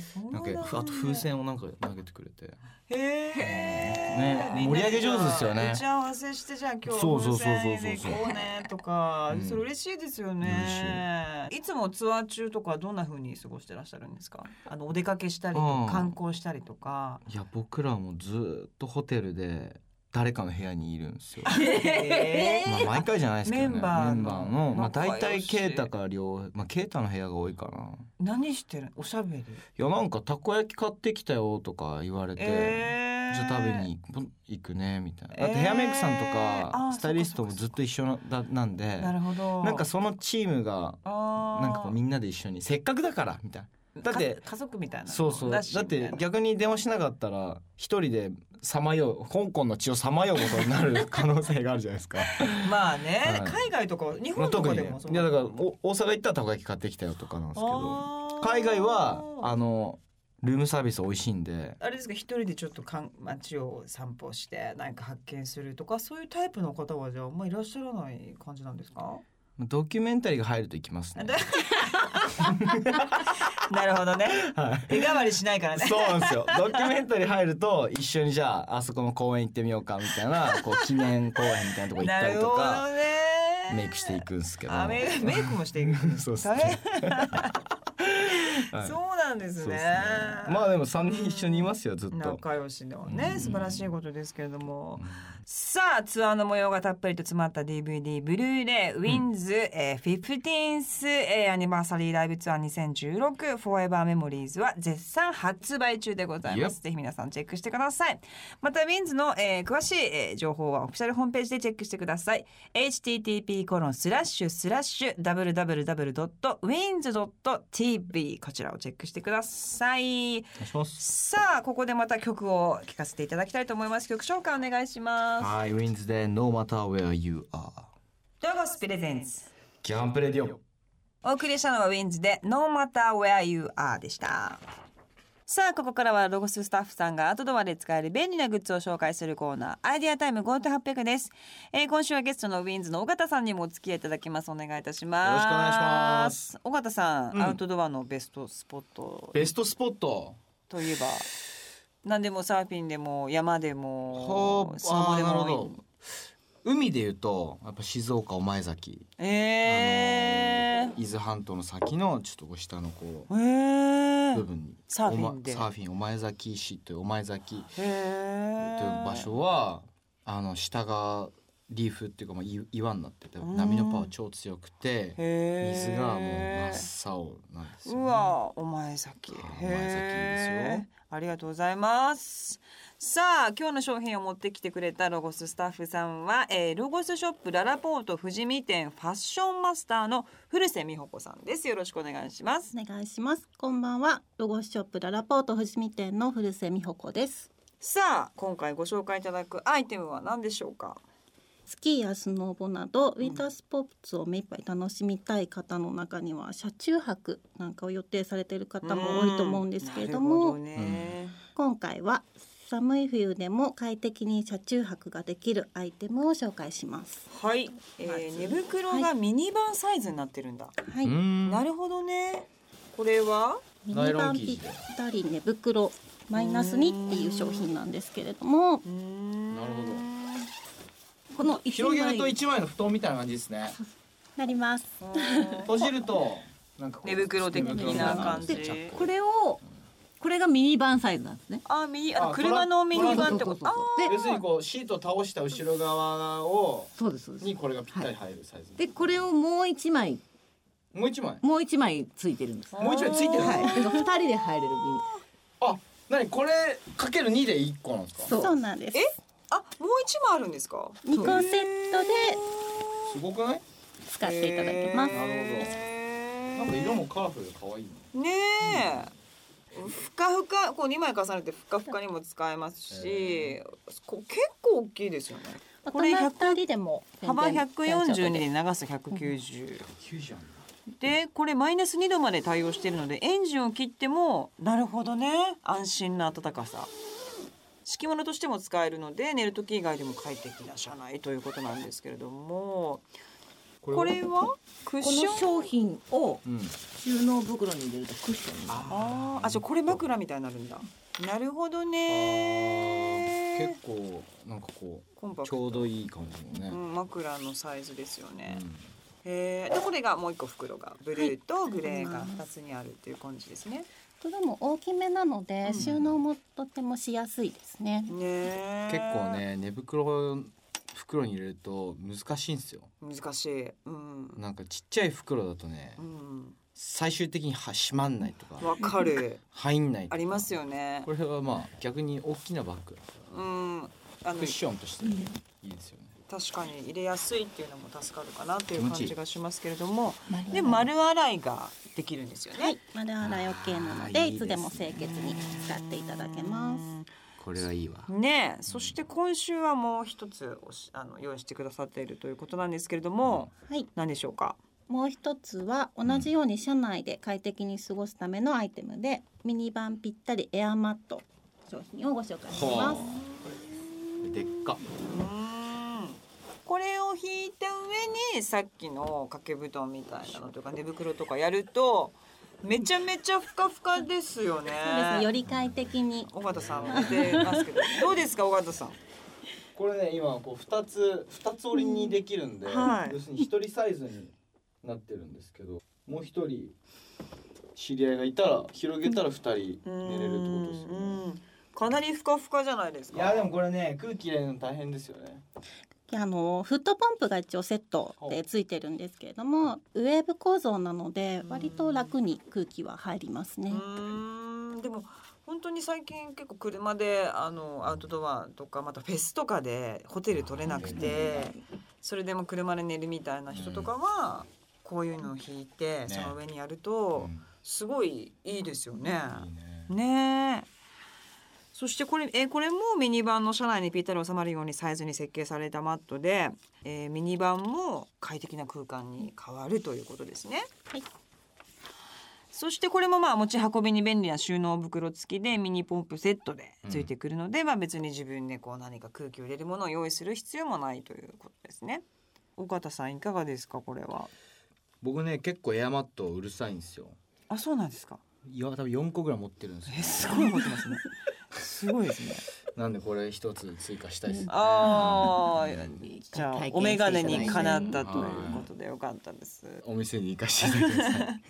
[SPEAKER 2] て
[SPEAKER 1] 持
[SPEAKER 2] なんかふあと風船をなんか投げてくれて
[SPEAKER 1] へえ、
[SPEAKER 2] ね盛り上げ上手ですよね
[SPEAKER 1] 打ち合わせしてじゃあ今日
[SPEAKER 2] そうそうそうそう
[SPEAKER 1] 風船で行こうねとか、
[SPEAKER 2] うん
[SPEAKER 1] それ嬉しいですよね。いつもツアー中とかどんな風に過ごしてらっしゃるんですか。あのお出かけしたりと
[SPEAKER 2] う
[SPEAKER 1] か
[SPEAKER 2] ん
[SPEAKER 1] 観光したりとか。
[SPEAKER 2] いや僕らはもうずーっとホテルで誰かの部屋にいるんですよ。
[SPEAKER 1] え
[SPEAKER 2] まあ毎回じゃないですけどね。
[SPEAKER 1] メンバーの
[SPEAKER 2] メのまあ
[SPEAKER 1] 仲良
[SPEAKER 2] 大
[SPEAKER 1] し
[SPEAKER 2] 体ケイタか両まあケイタの部屋が多いかな。
[SPEAKER 1] 何してるおしゃべり。
[SPEAKER 2] いやなんかたこ焼き買ってきたよとか言われて、
[SPEAKER 1] えー
[SPEAKER 2] じゃあ食べに行く行くねみたいな。
[SPEAKER 1] えー
[SPEAKER 2] だってヘアメイクさんと
[SPEAKER 1] あ
[SPEAKER 2] か
[SPEAKER 1] ー
[SPEAKER 2] スタイリストもずっと一緒なだなんで、
[SPEAKER 1] なるほど。
[SPEAKER 2] なんかそのチームが
[SPEAKER 1] あー
[SPEAKER 2] なんかこうみんなで一緒にせっかくだからみたいな。だって
[SPEAKER 1] か家族みたいな
[SPEAKER 2] そうそうだ
[SPEAKER 1] しみ
[SPEAKER 2] った
[SPEAKER 1] い
[SPEAKER 2] て
[SPEAKER 1] な
[SPEAKER 2] 逆に電話しなかったら一人でさまよう香港の血をさまようことになる可能性があるじゃないですか。
[SPEAKER 1] まあね、
[SPEAKER 2] はい
[SPEAKER 1] 海外とか 日
[SPEAKER 2] まあ、
[SPEAKER 1] 本と
[SPEAKER 2] 特
[SPEAKER 1] か
[SPEAKER 2] に
[SPEAKER 1] で
[SPEAKER 2] ね
[SPEAKER 1] もそう、
[SPEAKER 2] いやだからお大阪行ったらたこ焼き買ってきたよとかなんですけど
[SPEAKER 1] あー
[SPEAKER 2] 海外はあのルームサービス美味しいんで
[SPEAKER 1] あれですか一人でちょっとかん街を散歩してなんか発見するとかそういうタイプの方はじゃああんまいらっしゃらない感じなんですか
[SPEAKER 2] ドキュメンタリーが入ると行き ますね。
[SPEAKER 1] なるほどね
[SPEAKER 2] はい
[SPEAKER 1] 手変わりしないからね
[SPEAKER 2] そうなんですよドキュメンタリー入ると一緒にじゃああそこの公園行ってみようかみたいなこう記念公園みたいなとこ行った
[SPEAKER 1] な
[SPEAKER 2] り
[SPEAKER 1] る
[SPEAKER 2] と
[SPEAKER 1] ほど
[SPEAKER 2] か
[SPEAKER 1] ね
[SPEAKER 2] メイクしていくんですけど
[SPEAKER 1] あメイクメイクもしていく
[SPEAKER 2] そうっす
[SPEAKER 1] 大変
[SPEAKER 2] ね、はい
[SPEAKER 1] そうなんです
[SPEAKER 2] そう
[SPEAKER 1] ね
[SPEAKER 2] ですねまあでも三人一緒にいますよずっと。
[SPEAKER 1] 仲良しの
[SPEAKER 2] う
[SPEAKER 1] ね
[SPEAKER 2] ん
[SPEAKER 1] 素晴らしいことですけれども、
[SPEAKER 2] うん
[SPEAKER 1] さあツアーの模様がたっぷりと詰まった DVD ブルーレイウィンズ、えー、15th、えー、アニバーサリーライブツアー2016フォーエバーメモリーズは絶賛発売中でございます、ぜひ皆さんチェックしてくださいまたウィンズの、えー詳しい、えー情報はオフィシャルホームページでチェックしてください http コロンスラッシュスラッシュ www.wins.tv こちらをチェックしてください
[SPEAKER 2] お願いします。
[SPEAKER 1] さあここでまた曲を聴かせていただきたいと思います曲紹介お願いします
[SPEAKER 2] はい、ウィンズで No matter where you are。
[SPEAKER 1] ロゴスプレゼンツ
[SPEAKER 2] キャンプレディオ。
[SPEAKER 1] お送りしたのはウィンズで No matter where you are でしたさあここからはロゴススタッフさんがアウトドアで使える便利なグッズを紹介するコーナーアイデアタイム GoTo800 です、えー今週はゲストのウィンズの尾形さんにもお付き合いいただきますお願いいたします
[SPEAKER 2] よろしくお願いします
[SPEAKER 1] 尾形さん、
[SPEAKER 2] うん
[SPEAKER 1] アウトドアのベストスポット
[SPEAKER 2] ベストスポット。
[SPEAKER 1] といえば何でもサーフィンでも山でも
[SPEAKER 2] ほう
[SPEAKER 1] スノボで
[SPEAKER 2] あーなる
[SPEAKER 1] も
[SPEAKER 2] ほど海で言うと、やっぱ静岡御前崎。
[SPEAKER 1] えー
[SPEAKER 2] あの伊豆半島の先のちょっとこう下のこ
[SPEAKER 1] えー
[SPEAKER 2] う部分に。
[SPEAKER 1] サーフィンで
[SPEAKER 2] おまサーフィン御前崎市という御前崎
[SPEAKER 1] へ
[SPEAKER 2] とい
[SPEAKER 1] え
[SPEAKER 2] う場所は、あの下がリーフっていうかまあい岩になってて波のパワー超強くて
[SPEAKER 1] へー
[SPEAKER 2] 水がもう真っ青なんですよ、ね。
[SPEAKER 1] うわお前先
[SPEAKER 2] はい
[SPEAKER 1] へー
[SPEAKER 2] お前先ですよ
[SPEAKER 1] ありがとうございますさあ今日の商品を持ってきてくれたロゴススタッフさんは、えー、ロゴスショップララポート富士見店ファッションマスターの古瀬美穂子さんですよろしくお願いします
[SPEAKER 3] お願いします。こんばんは。ロゴスショップララポート富士見店の古瀬美穂子です。
[SPEAKER 1] さあ今回ご紹介いただくアイテムは何でしょうか
[SPEAKER 3] スキーやスノーボなどウィンタースポーツを目いっぱい楽しみたい方の中には車中泊なんかを予定されている方も多いと思うんですけれども
[SPEAKER 1] うんなるほどね
[SPEAKER 3] 今回は寒い冬でも快適に車中泊ができるアイテムを紹介します。
[SPEAKER 1] はい、えー、寝袋がミニバンサイズになってるんだ、
[SPEAKER 3] はい、
[SPEAKER 2] う
[SPEAKER 3] ミ
[SPEAKER 2] ん
[SPEAKER 1] なるほどねこれは
[SPEAKER 3] ニ
[SPEAKER 2] ナイロ
[SPEAKER 3] バ
[SPEAKER 2] ン
[SPEAKER 3] ン
[SPEAKER 2] 生地
[SPEAKER 3] ぴったり寝袋マイナス2っていう商品なんですけれども
[SPEAKER 1] うーん
[SPEAKER 2] なるほど
[SPEAKER 3] この一
[SPEAKER 2] 広げると
[SPEAKER 3] 枚に
[SPEAKER 2] 一枚の布団みたいな感じですね。
[SPEAKER 3] なります。
[SPEAKER 2] 閉じるとなんかこう
[SPEAKER 1] 寝袋的な
[SPEAKER 2] 寝袋みたい
[SPEAKER 1] 感じ
[SPEAKER 2] でチャック
[SPEAKER 3] これをこれがミニバンサイズなんですね。
[SPEAKER 1] あ、右、あ、
[SPEAKER 2] あ
[SPEAKER 1] 車のミニバンってこと。
[SPEAKER 3] トラ
[SPEAKER 1] あ
[SPEAKER 3] ンそうそうそうそう
[SPEAKER 2] 要するにこうシートを倒した後ろ側を
[SPEAKER 3] そうですそうです
[SPEAKER 2] に。これがぴったり入るサイズ。
[SPEAKER 3] でこれをもう一枚
[SPEAKER 2] もう一枚。
[SPEAKER 3] もう一枚ついてるんです。
[SPEAKER 1] ー
[SPEAKER 3] は
[SPEAKER 2] もう一枚ついてる
[SPEAKER 3] い。二人で入れるミニ。
[SPEAKER 2] あ、なにこれかける二で一個なんですか。
[SPEAKER 3] そうなんです。
[SPEAKER 1] あ、もう一枚あるんですか。
[SPEAKER 3] 二個セットです
[SPEAKER 2] ごくない？
[SPEAKER 3] 使っていただけます。
[SPEAKER 2] なるほど
[SPEAKER 1] へー
[SPEAKER 2] なんか色もカラフルで可愛いね
[SPEAKER 1] ねえ、ふかふかこう二枚重ねてふかふかにも使えますし、こう結構大きいですよね。これ
[SPEAKER 3] 大人二人でも
[SPEAKER 1] 幅
[SPEAKER 3] 全然大丈
[SPEAKER 1] 142
[SPEAKER 3] 夫
[SPEAKER 1] で
[SPEAKER 3] です
[SPEAKER 1] 長さ190、
[SPEAKER 2] 9じゃん
[SPEAKER 1] でこれマイナス2度まで対応しているのでエンジンを切ってもなるほどね安心な暖かさ敷物としても使えるので寝る時以外でも快適な車内ということなんですけれども
[SPEAKER 2] こ
[SPEAKER 1] これはクッ
[SPEAKER 4] こ
[SPEAKER 1] ショ
[SPEAKER 4] の
[SPEAKER 1] ン
[SPEAKER 4] 商品を
[SPEAKER 2] うん
[SPEAKER 4] 収納袋に入れるとクッションになる
[SPEAKER 1] あーあじゃあこれ枕みたいになるんだなるほどね
[SPEAKER 2] 結構なんかこ
[SPEAKER 1] コンパ
[SPEAKER 2] う
[SPEAKER 1] ク
[SPEAKER 2] ち
[SPEAKER 1] ト
[SPEAKER 2] ょうどいい感じの
[SPEAKER 1] う
[SPEAKER 2] ね、
[SPEAKER 1] ん、枕のサイズですよね、
[SPEAKER 2] うん
[SPEAKER 1] えー、でこれがもう一個袋がブルーとグレー
[SPEAKER 3] は
[SPEAKER 1] が
[SPEAKER 3] い
[SPEAKER 1] 二つにあるっていう感じですね。
[SPEAKER 3] 袋も大きめなので、
[SPEAKER 1] うん
[SPEAKER 3] 収納もとてもしやすいですね。
[SPEAKER 1] ねえ
[SPEAKER 2] 結構ね寝袋袋に入れると難しいんですよ
[SPEAKER 1] 難しい。うん。
[SPEAKER 2] なんかちっちゃい袋だとね
[SPEAKER 1] うん。
[SPEAKER 2] 最終的には閉まんないとか
[SPEAKER 1] わかる。
[SPEAKER 2] 入んないとか
[SPEAKER 1] ありますよね
[SPEAKER 2] こ。れはまあ逆に大きなバッグ
[SPEAKER 1] うん。あの
[SPEAKER 2] クッションとしていいですよね
[SPEAKER 1] 確かに入れやすいっていうのも助かるかなっていう
[SPEAKER 2] 気持
[SPEAKER 1] 感
[SPEAKER 2] ちいい
[SPEAKER 1] じがしますけれども、
[SPEAKER 3] 丸洗い
[SPEAKER 1] で丸洗いができるんですよね。
[SPEAKER 3] はい、丸洗い OK なので
[SPEAKER 2] あーいいですね
[SPEAKER 3] いつでも清潔に使っていただけます。
[SPEAKER 2] これはいいわ
[SPEAKER 1] ねえそして今週はもう一つおしあの用意してくださっているということなんですけれども、
[SPEAKER 3] はい、
[SPEAKER 1] 何でしょうか。
[SPEAKER 3] もう一つは同じように車内で快適に過ごすためのアイテムで、ミニバンぴったりエアマット商品をご紹介しま
[SPEAKER 2] はあ
[SPEAKER 3] す。
[SPEAKER 2] でっか
[SPEAKER 1] うんこれを引いた上にさっきの掛け布団みたいなのとか寝袋とかやるとめちゃめちゃふかふかですよね。
[SPEAKER 3] そうですね、より快適に。
[SPEAKER 1] 尾形さんも出ますけどどうですか尾形さん。
[SPEAKER 2] これね今こう二つ二つ折りにできるんで、
[SPEAKER 1] うんはい
[SPEAKER 2] 要するに一人サイズになってるんですけどもう一人知り合いがいたら広げたら二人寝れるってことですよね
[SPEAKER 1] うんかなりふかふかじゃないです
[SPEAKER 2] い
[SPEAKER 1] か。
[SPEAKER 2] やでもこれね空気入れるの大変ですよね
[SPEAKER 3] あのフットポンプが一応セットでついてるんですけれども、ウェーブ構造なので割と楽に空気は入りますね。
[SPEAKER 1] うんでも本当に最近結構車であのアウトドアとかまたフェスとかでホテル取れなくてそれでも車で寝るみたいな人とかはこういうのを引いて
[SPEAKER 2] ね
[SPEAKER 1] その上にやるとすごいいいですよね。ねえそしてこれえーこれもミニバンの車内にぴったり収まるようにサイズに設計されたマットで、えーミニバンも快適な空間に変わるということですね。
[SPEAKER 3] はい
[SPEAKER 1] そしてこれもまあ持ち運びに便利な収納袋付きでミニポンプセットでついてくるので、まあ別に自分でこう何か空気を入れるものを用意する必要もないということですね。尾形さんいかがですかこれは。
[SPEAKER 2] 僕ね結構エアマットうるさいんですよ
[SPEAKER 1] あそうなんですか。
[SPEAKER 2] いや多分4個ぐらい持ってるんですよ
[SPEAKER 1] えすごい持ってますね。 すごいですね。
[SPEAKER 2] なんでこれ一つ追加したいですね
[SPEAKER 1] ああ、
[SPEAKER 4] うん
[SPEAKER 1] じゃあ
[SPEAKER 4] 体験していただいて
[SPEAKER 1] お眼鏡にかなったということでよかったです。
[SPEAKER 2] お店に行かせていただき ます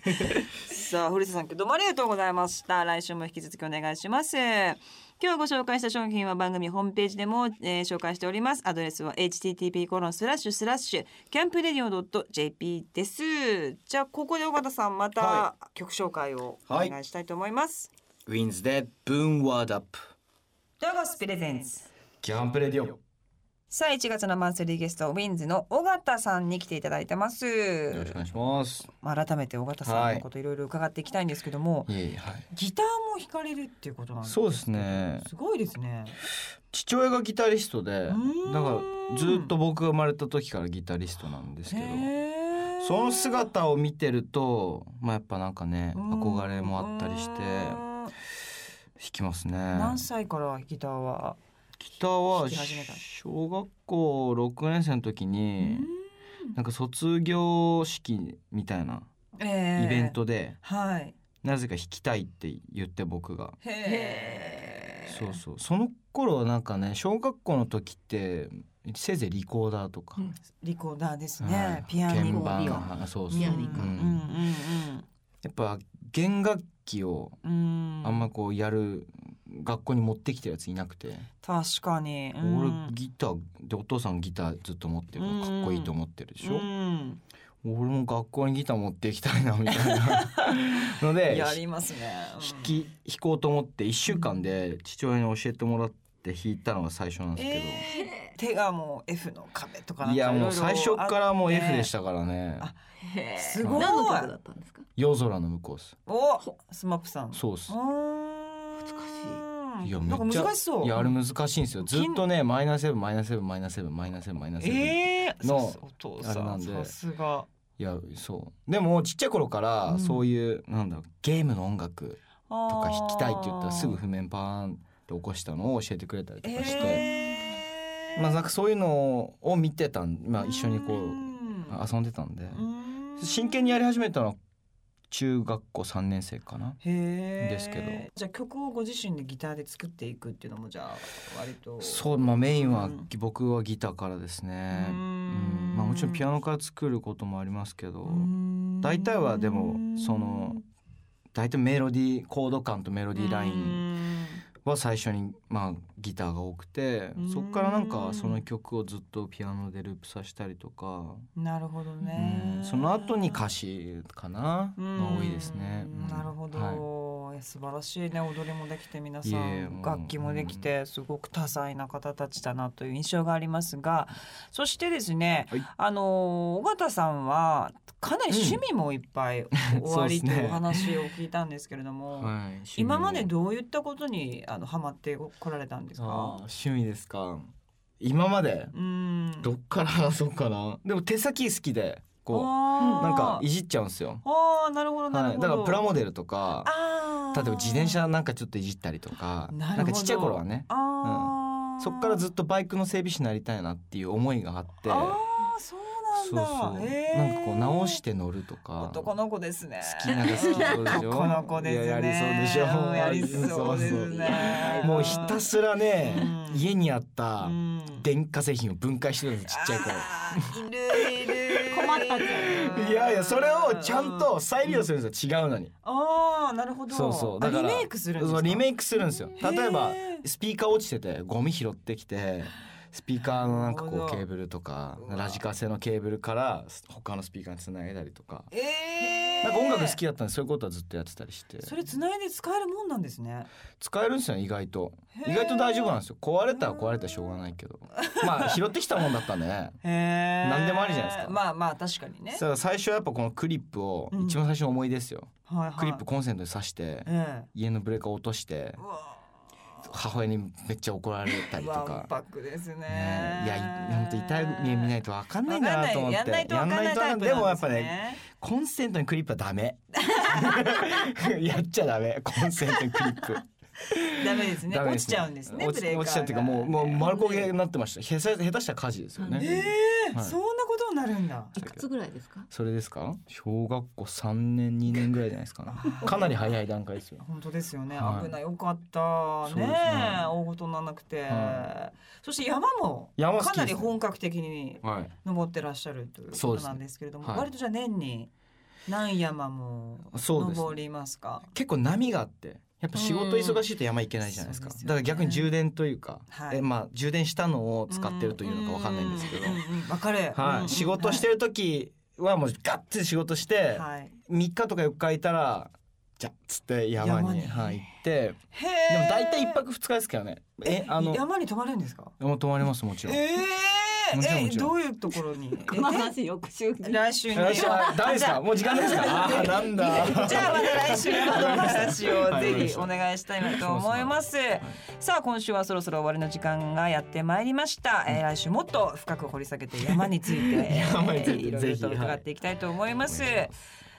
[SPEAKER 1] さあ古瀬さん今日どうもありがとうございました。来週も引き続きお願いします。今日ご紹介した商品は番組ホームページでも、えー紹介しております。アドレスは http コロンスラッシュスラッシュキャンプレディオドット jp です。じゃあここで尾形さんまた
[SPEAKER 2] は
[SPEAKER 1] 曲紹介をお願いしたいと思います。
[SPEAKER 2] ウィンズでブーンワードアップ
[SPEAKER 1] ロゴスプレゼンス。
[SPEAKER 2] キャンプレディオ
[SPEAKER 1] さあ1月のマンスリーゲストウィンズの尾形さんに来ていただいてます。
[SPEAKER 2] よろしくお願いします
[SPEAKER 1] まあ、改めて尾形さんのこといろいろ伺っていきたいんですけども、
[SPEAKER 2] いえいえはい
[SPEAKER 1] ギターも弾かれるっていうことなんです
[SPEAKER 2] そうですね
[SPEAKER 1] すごいですね。
[SPEAKER 2] 父親がギタリストでだか
[SPEAKER 1] ーん
[SPEAKER 2] らずっと僕が生まれた時からギタリストなんですけど
[SPEAKER 1] へー
[SPEAKER 2] その姿を見てるとまあやっぱなんかね
[SPEAKER 1] うん
[SPEAKER 2] 憧れもあったりして
[SPEAKER 1] う
[SPEAKER 2] 弾
[SPEAKER 1] ん
[SPEAKER 2] きますね
[SPEAKER 1] 何歳からギターは
[SPEAKER 2] ギターは
[SPEAKER 1] 弾き始めた
[SPEAKER 2] 小学校6年生の時になんか卒業式みたいな
[SPEAKER 1] イ
[SPEAKER 2] イベントで
[SPEAKER 1] はい。
[SPEAKER 2] なぜか弾きたいって言って僕が
[SPEAKER 1] へー
[SPEAKER 2] そうそうその頃はなんかね小学校の時ってせいぜいリコーダーとか、
[SPEAKER 4] うん
[SPEAKER 1] リコーダーです
[SPEAKER 2] は
[SPEAKER 1] ね
[SPEAKER 2] い。
[SPEAKER 1] ピア
[SPEAKER 2] 鍵
[SPEAKER 1] ノ。
[SPEAKER 2] 盤
[SPEAKER 4] ビオ
[SPEAKER 2] あそうそう
[SPEAKER 4] ミヤ
[SPEAKER 1] うん
[SPEAKER 4] リ
[SPEAKER 2] う
[SPEAKER 4] か
[SPEAKER 1] うん
[SPEAKER 2] んやっぱ弦楽器を
[SPEAKER 1] うんうん。
[SPEAKER 2] あんまこうやる学校に持ってきてるやついなくて、
[SPEAKER 1] 確かに。うん
[SPEAKER 2] 俺ギターでお父さんギターずっと持ってるからかっこいいと思ってるでしょ、
[SPEAKER 1] うん
[SPEAKER 2] 俺も学校にギター持っていきたいなみたいな ので
[SPEAKER 1] や
[SPEAKER 2] 弾
[SPEAKER 1] りますね。うん
[SPEAKER 2] き弾こうと思って1週間で父親に教えてもらって弾いたのが最初なんですけど、
[SPEAKER 1] え手がもう F の壁とかなんか
[SPEAKER 2] いやもう
[SPEAKER 1] ろろあっ
[SPEAKER 2] 最
[SPEAKER 1] て
[SPEAKER 2] 初からもう F でしたからね
[SPEAKER 1] あ
[SPEAKER 4] へー
[SPEAKER 1] すごい
[SPEAKER 5] 何の曲だったんですか
[SPEAKER 2] 夜空の向こうです
[SPEAKER 1] おスマップさん
[SPEAKER 2] そうっす
[SPEAKER 1] 難
[SPEAKER 2] いや
[SPEAKER 1] なんか
[SPEAKER 2] めっちゃ
[SPEAKER 1] 難しそう
[SPEAKER 2] いやあれ難しいんですよず
[SPEAKER 1] 金
[SPEAKER 2] っとねマイナスセブンマイナスセブンマイナスセブンマイナスセブンマイナスセブン
[SPEAKER 1] えー、
[SPEAKER 2] の
[SPEAKER 1] さすお父
[SPEAKER 2] あれ
[SPEAKER 1] さ
[SPEAKER 2] なんんで
[SPEAKER 1] さすが
[SPEAKER 2] いやそうでもちっちゃい頃か
[SPEAKER 1] う
[SPEAKER 2] ら
[SPEAKER 1] ん
[SPEAKER 2] そういう、なんだろうゲームの音楽
[SPEAKER 1] と
[SPEAKER 2] とか弾きたいって言ったらすぐ譜面パーンって起こしたのを教えてくれたりとかして、
[SPEAKER 1] え
[SPEAKER 2] まあなんかそういうのを見てたんまあ一緒にこう、
[SPEAKER 1] う
[SPEAKER 2] 遊んでたんで、
[SPEAKER 1] ん
[SPEAKER 2] 真剣にやり始めたのは中学校3年生かな
[SPEAKER 1] へー
[SPEAKER 2] ですけど
[SPEAKER 1] じゃあ曲をご自身でギターで作っていくっていうのもじゃあ割と
[SPEAKER 2] そうまあメインは、
[SPEAKER 1] うん
[SPEAKER 2] 僕はギターからですね
[SPEAKER 1] う
[SPEAKER 2] うんんまあもちろんピアノから作ることもありますけど
[SPEAKER 1] うん
[SPEAKER 2] 大体はでもその大体メロディーコード感とメロディーライン
[SPEAKER 1] ン
[SPEAKER 2] は最初にまあギターが多くて
[SPEAKER 1] うん
[SPEAKER 2] そこからなんかその曲をずっとピアノでループさせたりとか
[SPEAKER 1] なるほど
[SPEAKER 2] う
[SPEAKER 1] ね
[SPEAKER 2] んその後に歌詞かな
[SPEAKER 1] うん
[SPEAKER 2] が多いですね。うん
[SPEAKER 1] なるほど、
[SPEAKER 2] はい
[SPEAKER 1] いや素晴らしいね踊りもできて皆さ
[SPEAKER 2] いえいえも
[SPEAKER 1] ん
[SPEAKER 2] う
[SPEAKER 1] 楽器もできてすごく多彩な方たちだなという印象がありますがそしてですね、
[SPEAKER 2] はい
[SPEAKER 1] あの尾形さんはかなり趣味もいっぱいおありと
[SPEAKER 2] そうです
[SPEAKER 1] いう
[SPEAKER 2] ね
[SPEAKER 1] お話を聞いたんですけれども、
[SPEAKER 2] はい趣味
[SPEAKER 1] 今までどういったことにあのハマってこられたんです
[SPEAKER 2] あー
[SPEAKER 1] か
[SPEAKER 2] 趣味ですか今まで
[SPEAKER 1] うん
[SPEAKER 2] どっから 話そうかなでも手先好きでこう
[SPEAKER 1] な
[SPEAKER 2] なんかいじっちゃうんですよ、
[SPEAKER 1] あーなるほどなる
[SPEAKER 2] は
[SPEAKER 1] ほ
[SPEAKER 2] い、
[SPEAKER 1] ど、
[SPEAKER 2] だからプラモデルとか
[SPEAKER 1] あー
[SPEAKER 2] 例えば自転車なんかちょっといじったりとか
[SPEAKER 1] な
[SPEAKER 2] な
[SPEAKER 1] るほど
[SPEAKER 2] んかちっちゃい頃はね
[SPEAKER 1] あー、
[SPEAKER 2] そっからずっ
[SPEAKER 1] と
[SPEAKER 2] とバイクの整備士になりたいなっていう思いがあって
[SPEAKER 1] ああそうなんだ
[SPEAKER 2] そうそう、
[SPEAKER 1] へー
[SPEAKER 2] なんかこう直して乗るとか
[SPEAKER 1] 男の子ですね
[SPEAKER 2] 好きなんか好きそうでしょ
[SPEAKER 1] 男の子ですね
[SPEAKER 2] いややりそうでしょ
[SPEAKER 1] うんやりそうです
[SPEAKER 2] そう
[SPEAKER 1] ね
[SPEAKER 2] そうもうひたすらね、
[SPEAKER 1] うん
[SPEAKER 2] 家にあった
[SPEAKER 1] うん
[SPEAKER 2] 電化製品を分解してたんですちっちゃい頃
[SPEAKER 1] あーいるいる
[SPEAKER 5] 困ったんじゃ
[SPEAKER 2] いやいやそれをちゃんと再利用するんですよ違うのに
[SPEAKER 1] ああなるほど
[SPEAKER 2] そうそうだから
[SPEAKER 1] あリメイクするんです
[SPEAKER 2] そ
[SPEAKER 1] か
[SPEAKER 2] うリメイクするんですよ例えば
[SPEAKER 1] へー
[SPEAKER 2] スピーカー落ちててゴミ拾ってきてスピーカーのなんか
[SPEAKER 1] なる
[SPEAKER 2] こ
[SPEAKER 1] ほ
[SPEAKER 2] う
[SPEAKER 1] ど
[SPEAKER 2] ケーブルとか
[SPEAKER 1] うわ
[SPEAKER 2] ラジカセのケーブルから他のスピーカーにつないだりとか
[SPEAKER 1] えー、
[SPEAKER 2] なんか音楽好きだったんでそういうことはずっとやってたりして
[SPEAKER 1] それ繋いで使えるもんなんですね
[SPEAKER 2] 使えるんですよね意外と
[SPEAKER 1] へー
[SPEAKER 2] 意外と大丈夫なんですよ壊れたら壊れたらしょうがない けどまあ拾ってきたもんだったんでね
[SPEAKER 1] へえ
[SPEAKER 2] 何でもありじゃないですか
[SPEAKER 1] まあまあ確かに ね
[SPEAKER 2] だから最初はやっぱこのクリップを
[SPEAKER 1] うん
[SPEAKER 2] 一番最初の思い出ですよ
[SPEAKER 1] はいはい
[SPEAKER 2] クリップコンセントに挿して
[SPEAKER 1] え
[SPEAKER 2] 家のブレーカー落として
[SPEAKER 1] えうわ
[SPEAKER 2] 母親にめっちゃ怒られたりと
[SPEAKER 1] わ
[SPEAKER 2] か
[SPEAKER 1] ん。ぱくですね
[SPEAKER 2] ねえいやい本当痛い目見ないと分かんないんだなと思って
[SPEAKER 1] わかんないやんないとわかんないタイプなんですね
[SPEAKER 2] でもやっぱねコンセントにクリップはダメ やっちゃダメコンセントにクリップ
[SPEAKER 1] ダメですね
[SPEAKER 2] ダメ
[SPEAKER 1] 落
[SPEAKER 2] で
[SPEAKER 1] ち
[SPEAKER 2] す
[SPEAKER 1] ちゃうんですね
[SPEAKER 2] 落
[SPEAKER 1] ブレーカー
[SPEAKER 2] ち
[SPEAKER 1] が
[SPEAKER 2] 落ちちゃうっていうかもうもう丸焦げになってましたへさ下手したら火事ですよ
[SPEAKER 1] え
[SPEAKER 2] ね、
[SPEAKER 1] え
[SPEAKER 2] はい
[SPEAKER 1] そんなことになるんだ
[SPEAKER 5] いくつぐらいですか
[SPEAKER 2] それですか小学校3年2年ぐらいじゃないです かねかなり早い段階ですよ
[SPEAKER 1] 本当ですよね、
[SPEAKER 2] はい
[SPEAKER 1] 危ないよかった
[SPEAKER 2] そう
[SPEAKER 1] ね
[SPEAKER 2] ですね
[SPEAKER 1] 大ごとにならなくて、
[SPEAKER 2] は
[SPEAKER 1] そして山も
[SPEAKER 2] 山好き
[SPEAKER 1] か
[SPEAKER 2] です
[SPEAKER 1] なり本格的に
[SPEAKER 2] はい
[SPEAKER 1] 登ってらっしゃるという
[SPEAKER 2] そ
[SPEAKER 1] こ
[SPEAKER 2] う
[SPEAKER 1] と
[SPEAKER 2] ですね
[SPEAKER 1] なんですけれども、
[SPEAKER 2] はい
[SPEAKER 1] 割とじゃあ年に何山も
[SPEAKER 2] そうですね
[SPEAKER 1] 登りますか
[SPEAKER 2] 結構波があってやっぱ仕事忙しいと山行けないじゃないですか、
[SPEAKER 1] うんそうですよね
[SPEAKER 2] だから逆に充電というか、
[SPEAKER 1] はい
[SPEAKER 2] えまあ充電したのを使ってるというのかわかんないんですけど、
[SPEAKER 1] ううんうんわかる、うんうん
[SPEAKER 2] はい、仕事してる時はもうガッて仕事して
[SPEAKER 1] はい
[SPEAKER 2] 3日とか4日いたらじゃっつって山
[SPEAKER 1] 山
[SPEAKER 2] に
[SPEAKER 1] に
[SPEAKER 2] はい行って
[SPEAKER 1] へ
[SPEAKER 2] で
[SPEAKER 1] え
[SPEAKER 2] も大体1泊2日ですけどねえあの
[SPEAKER 1] 山に泊まるんですか
[SPEAKER 2] もう泊まりますもちろん。
[SPEAKER 1] ええ
[SPEAKER 2] もちろん
[SPEAKER 1] え
[SPEAKER 2] もちろん
[SPEAKER 1] どういうところに
[SPEAKER 5] この話翌週に
[SPEAKER 1] え来週に
[SPEAKER 2] 私はダメですかもう時間ですかあーなん だ
[SPEAKER 1] じゃあまた来週の話をぜひお願いしたいなと思います。さあ今週はそろそろ終わりの時間がやってまいりました。えー、来週もっと深く掘り下げて山について
[SPEAKER 2] 山について
[SPEAKER 1] えーろ
[SPEAKER 2] ぜ
[SPEAKER 1] いろ
[SPEAKER 2] ひ
[SPEAKER 1] と伺っていきたいと思います。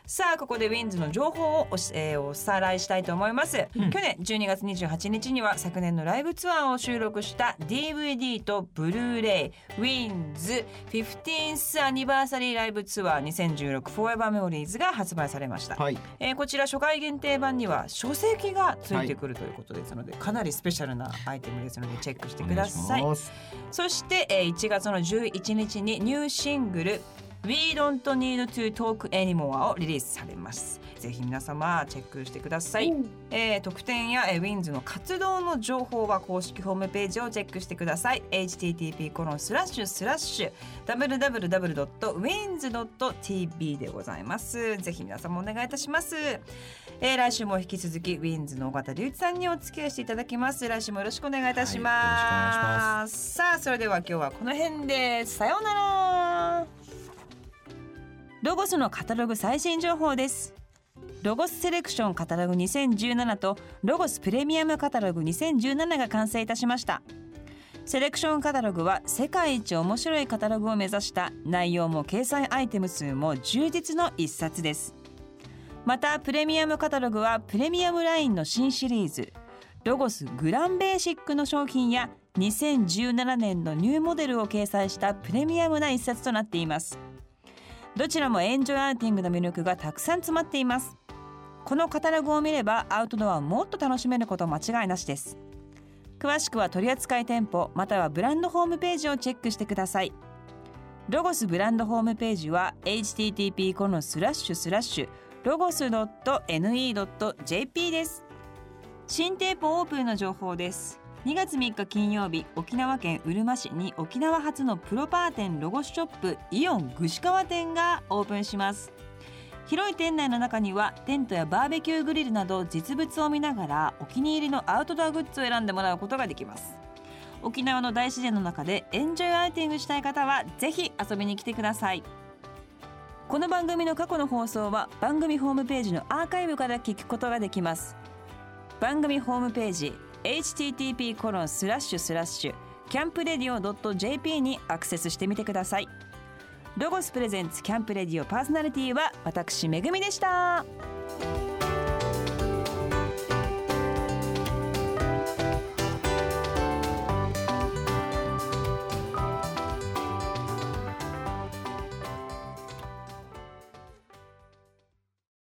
[SPEAKER 1] さあここでウィンズの情報をおし、えーおさらいしたいと思います、去年12月28日には昨年のライブツアーを収録した DVD とブルーレイウィンズ 15th アニバーサリーライブツアー2016フォーエバーメモリーズが発売されました、
[SPEAKER 2] はい
[SPEAKER 1] えーこちら初回限定版には書籍がついてくるということですので、かなりスペシャルなアイテムですのでチェックしてください
[SPEAKER 2] お願します
[SPEAKER 1] そして、えー1月の11日にニューシングル We Don't Need to Talk Anymore をリリースされますぜひ皆様チェックしてください、えー特典や、えーウィンズの活動の情報は公式ホームページをチェックしてください http コロンスラッシュスラッシュ www.wins.tv でございますぜひ皆様お願いいたします、えー来週も引き続きウィンズの尾形隆一さんにお付き合いしていただきます来週もよろしくお願いいたし
[SPEAKER 2] は
[SPEAKER 1] ます、さあそれでは今日はこの辺でさようならロゴスのカタログ最新情報ですロゴスセレクションカタログ2017とロゴスプレミアムカタログ2017が完成いたしましたセレクションカタログは世界一面白いカタログを目指した内容も掲載アイテム数も充実の一冊ですまたプレミアムカタログはプレミアムラインの新シリーズロゴスグランベーシックの商品や2017年のニューモデルを掲載したプレミアムな一冊となっていますどちらもエンジョイアーティングの魅力がたくさん詰まっていますこのカタログを見ればアウトドアをもっと楽しめること間違いなしです詳しくは取扱店舗またはブランドホームページをチェックしてくださいロゴスブランドホームページは http コロンスラッシュスラッシュロゴス .ne.jp です新店舗オープンの情報です2月3日金曜日沖縄県うるま市に沖縄初のプロパー店ロゴスショップイオン串川店がオープンします広い店内の中にはテントやバーベキューグリルなど実物を見ながらお気に入りのアウトドアグッズを選んでもらうことができます沖縄の大自然の中でエンジョイアウティングしたい方はぜひ遊びに来てくださいこの番組の過去の放送は番組ホームページのアーカイブから聞くことができます番組ホームページ http コロンスラッシュスラッシュキャンプレディオ .jp にアクセスしてみてくださいロゴスプレゼンツキャンプレディオパーソナリティは私めぐみでした。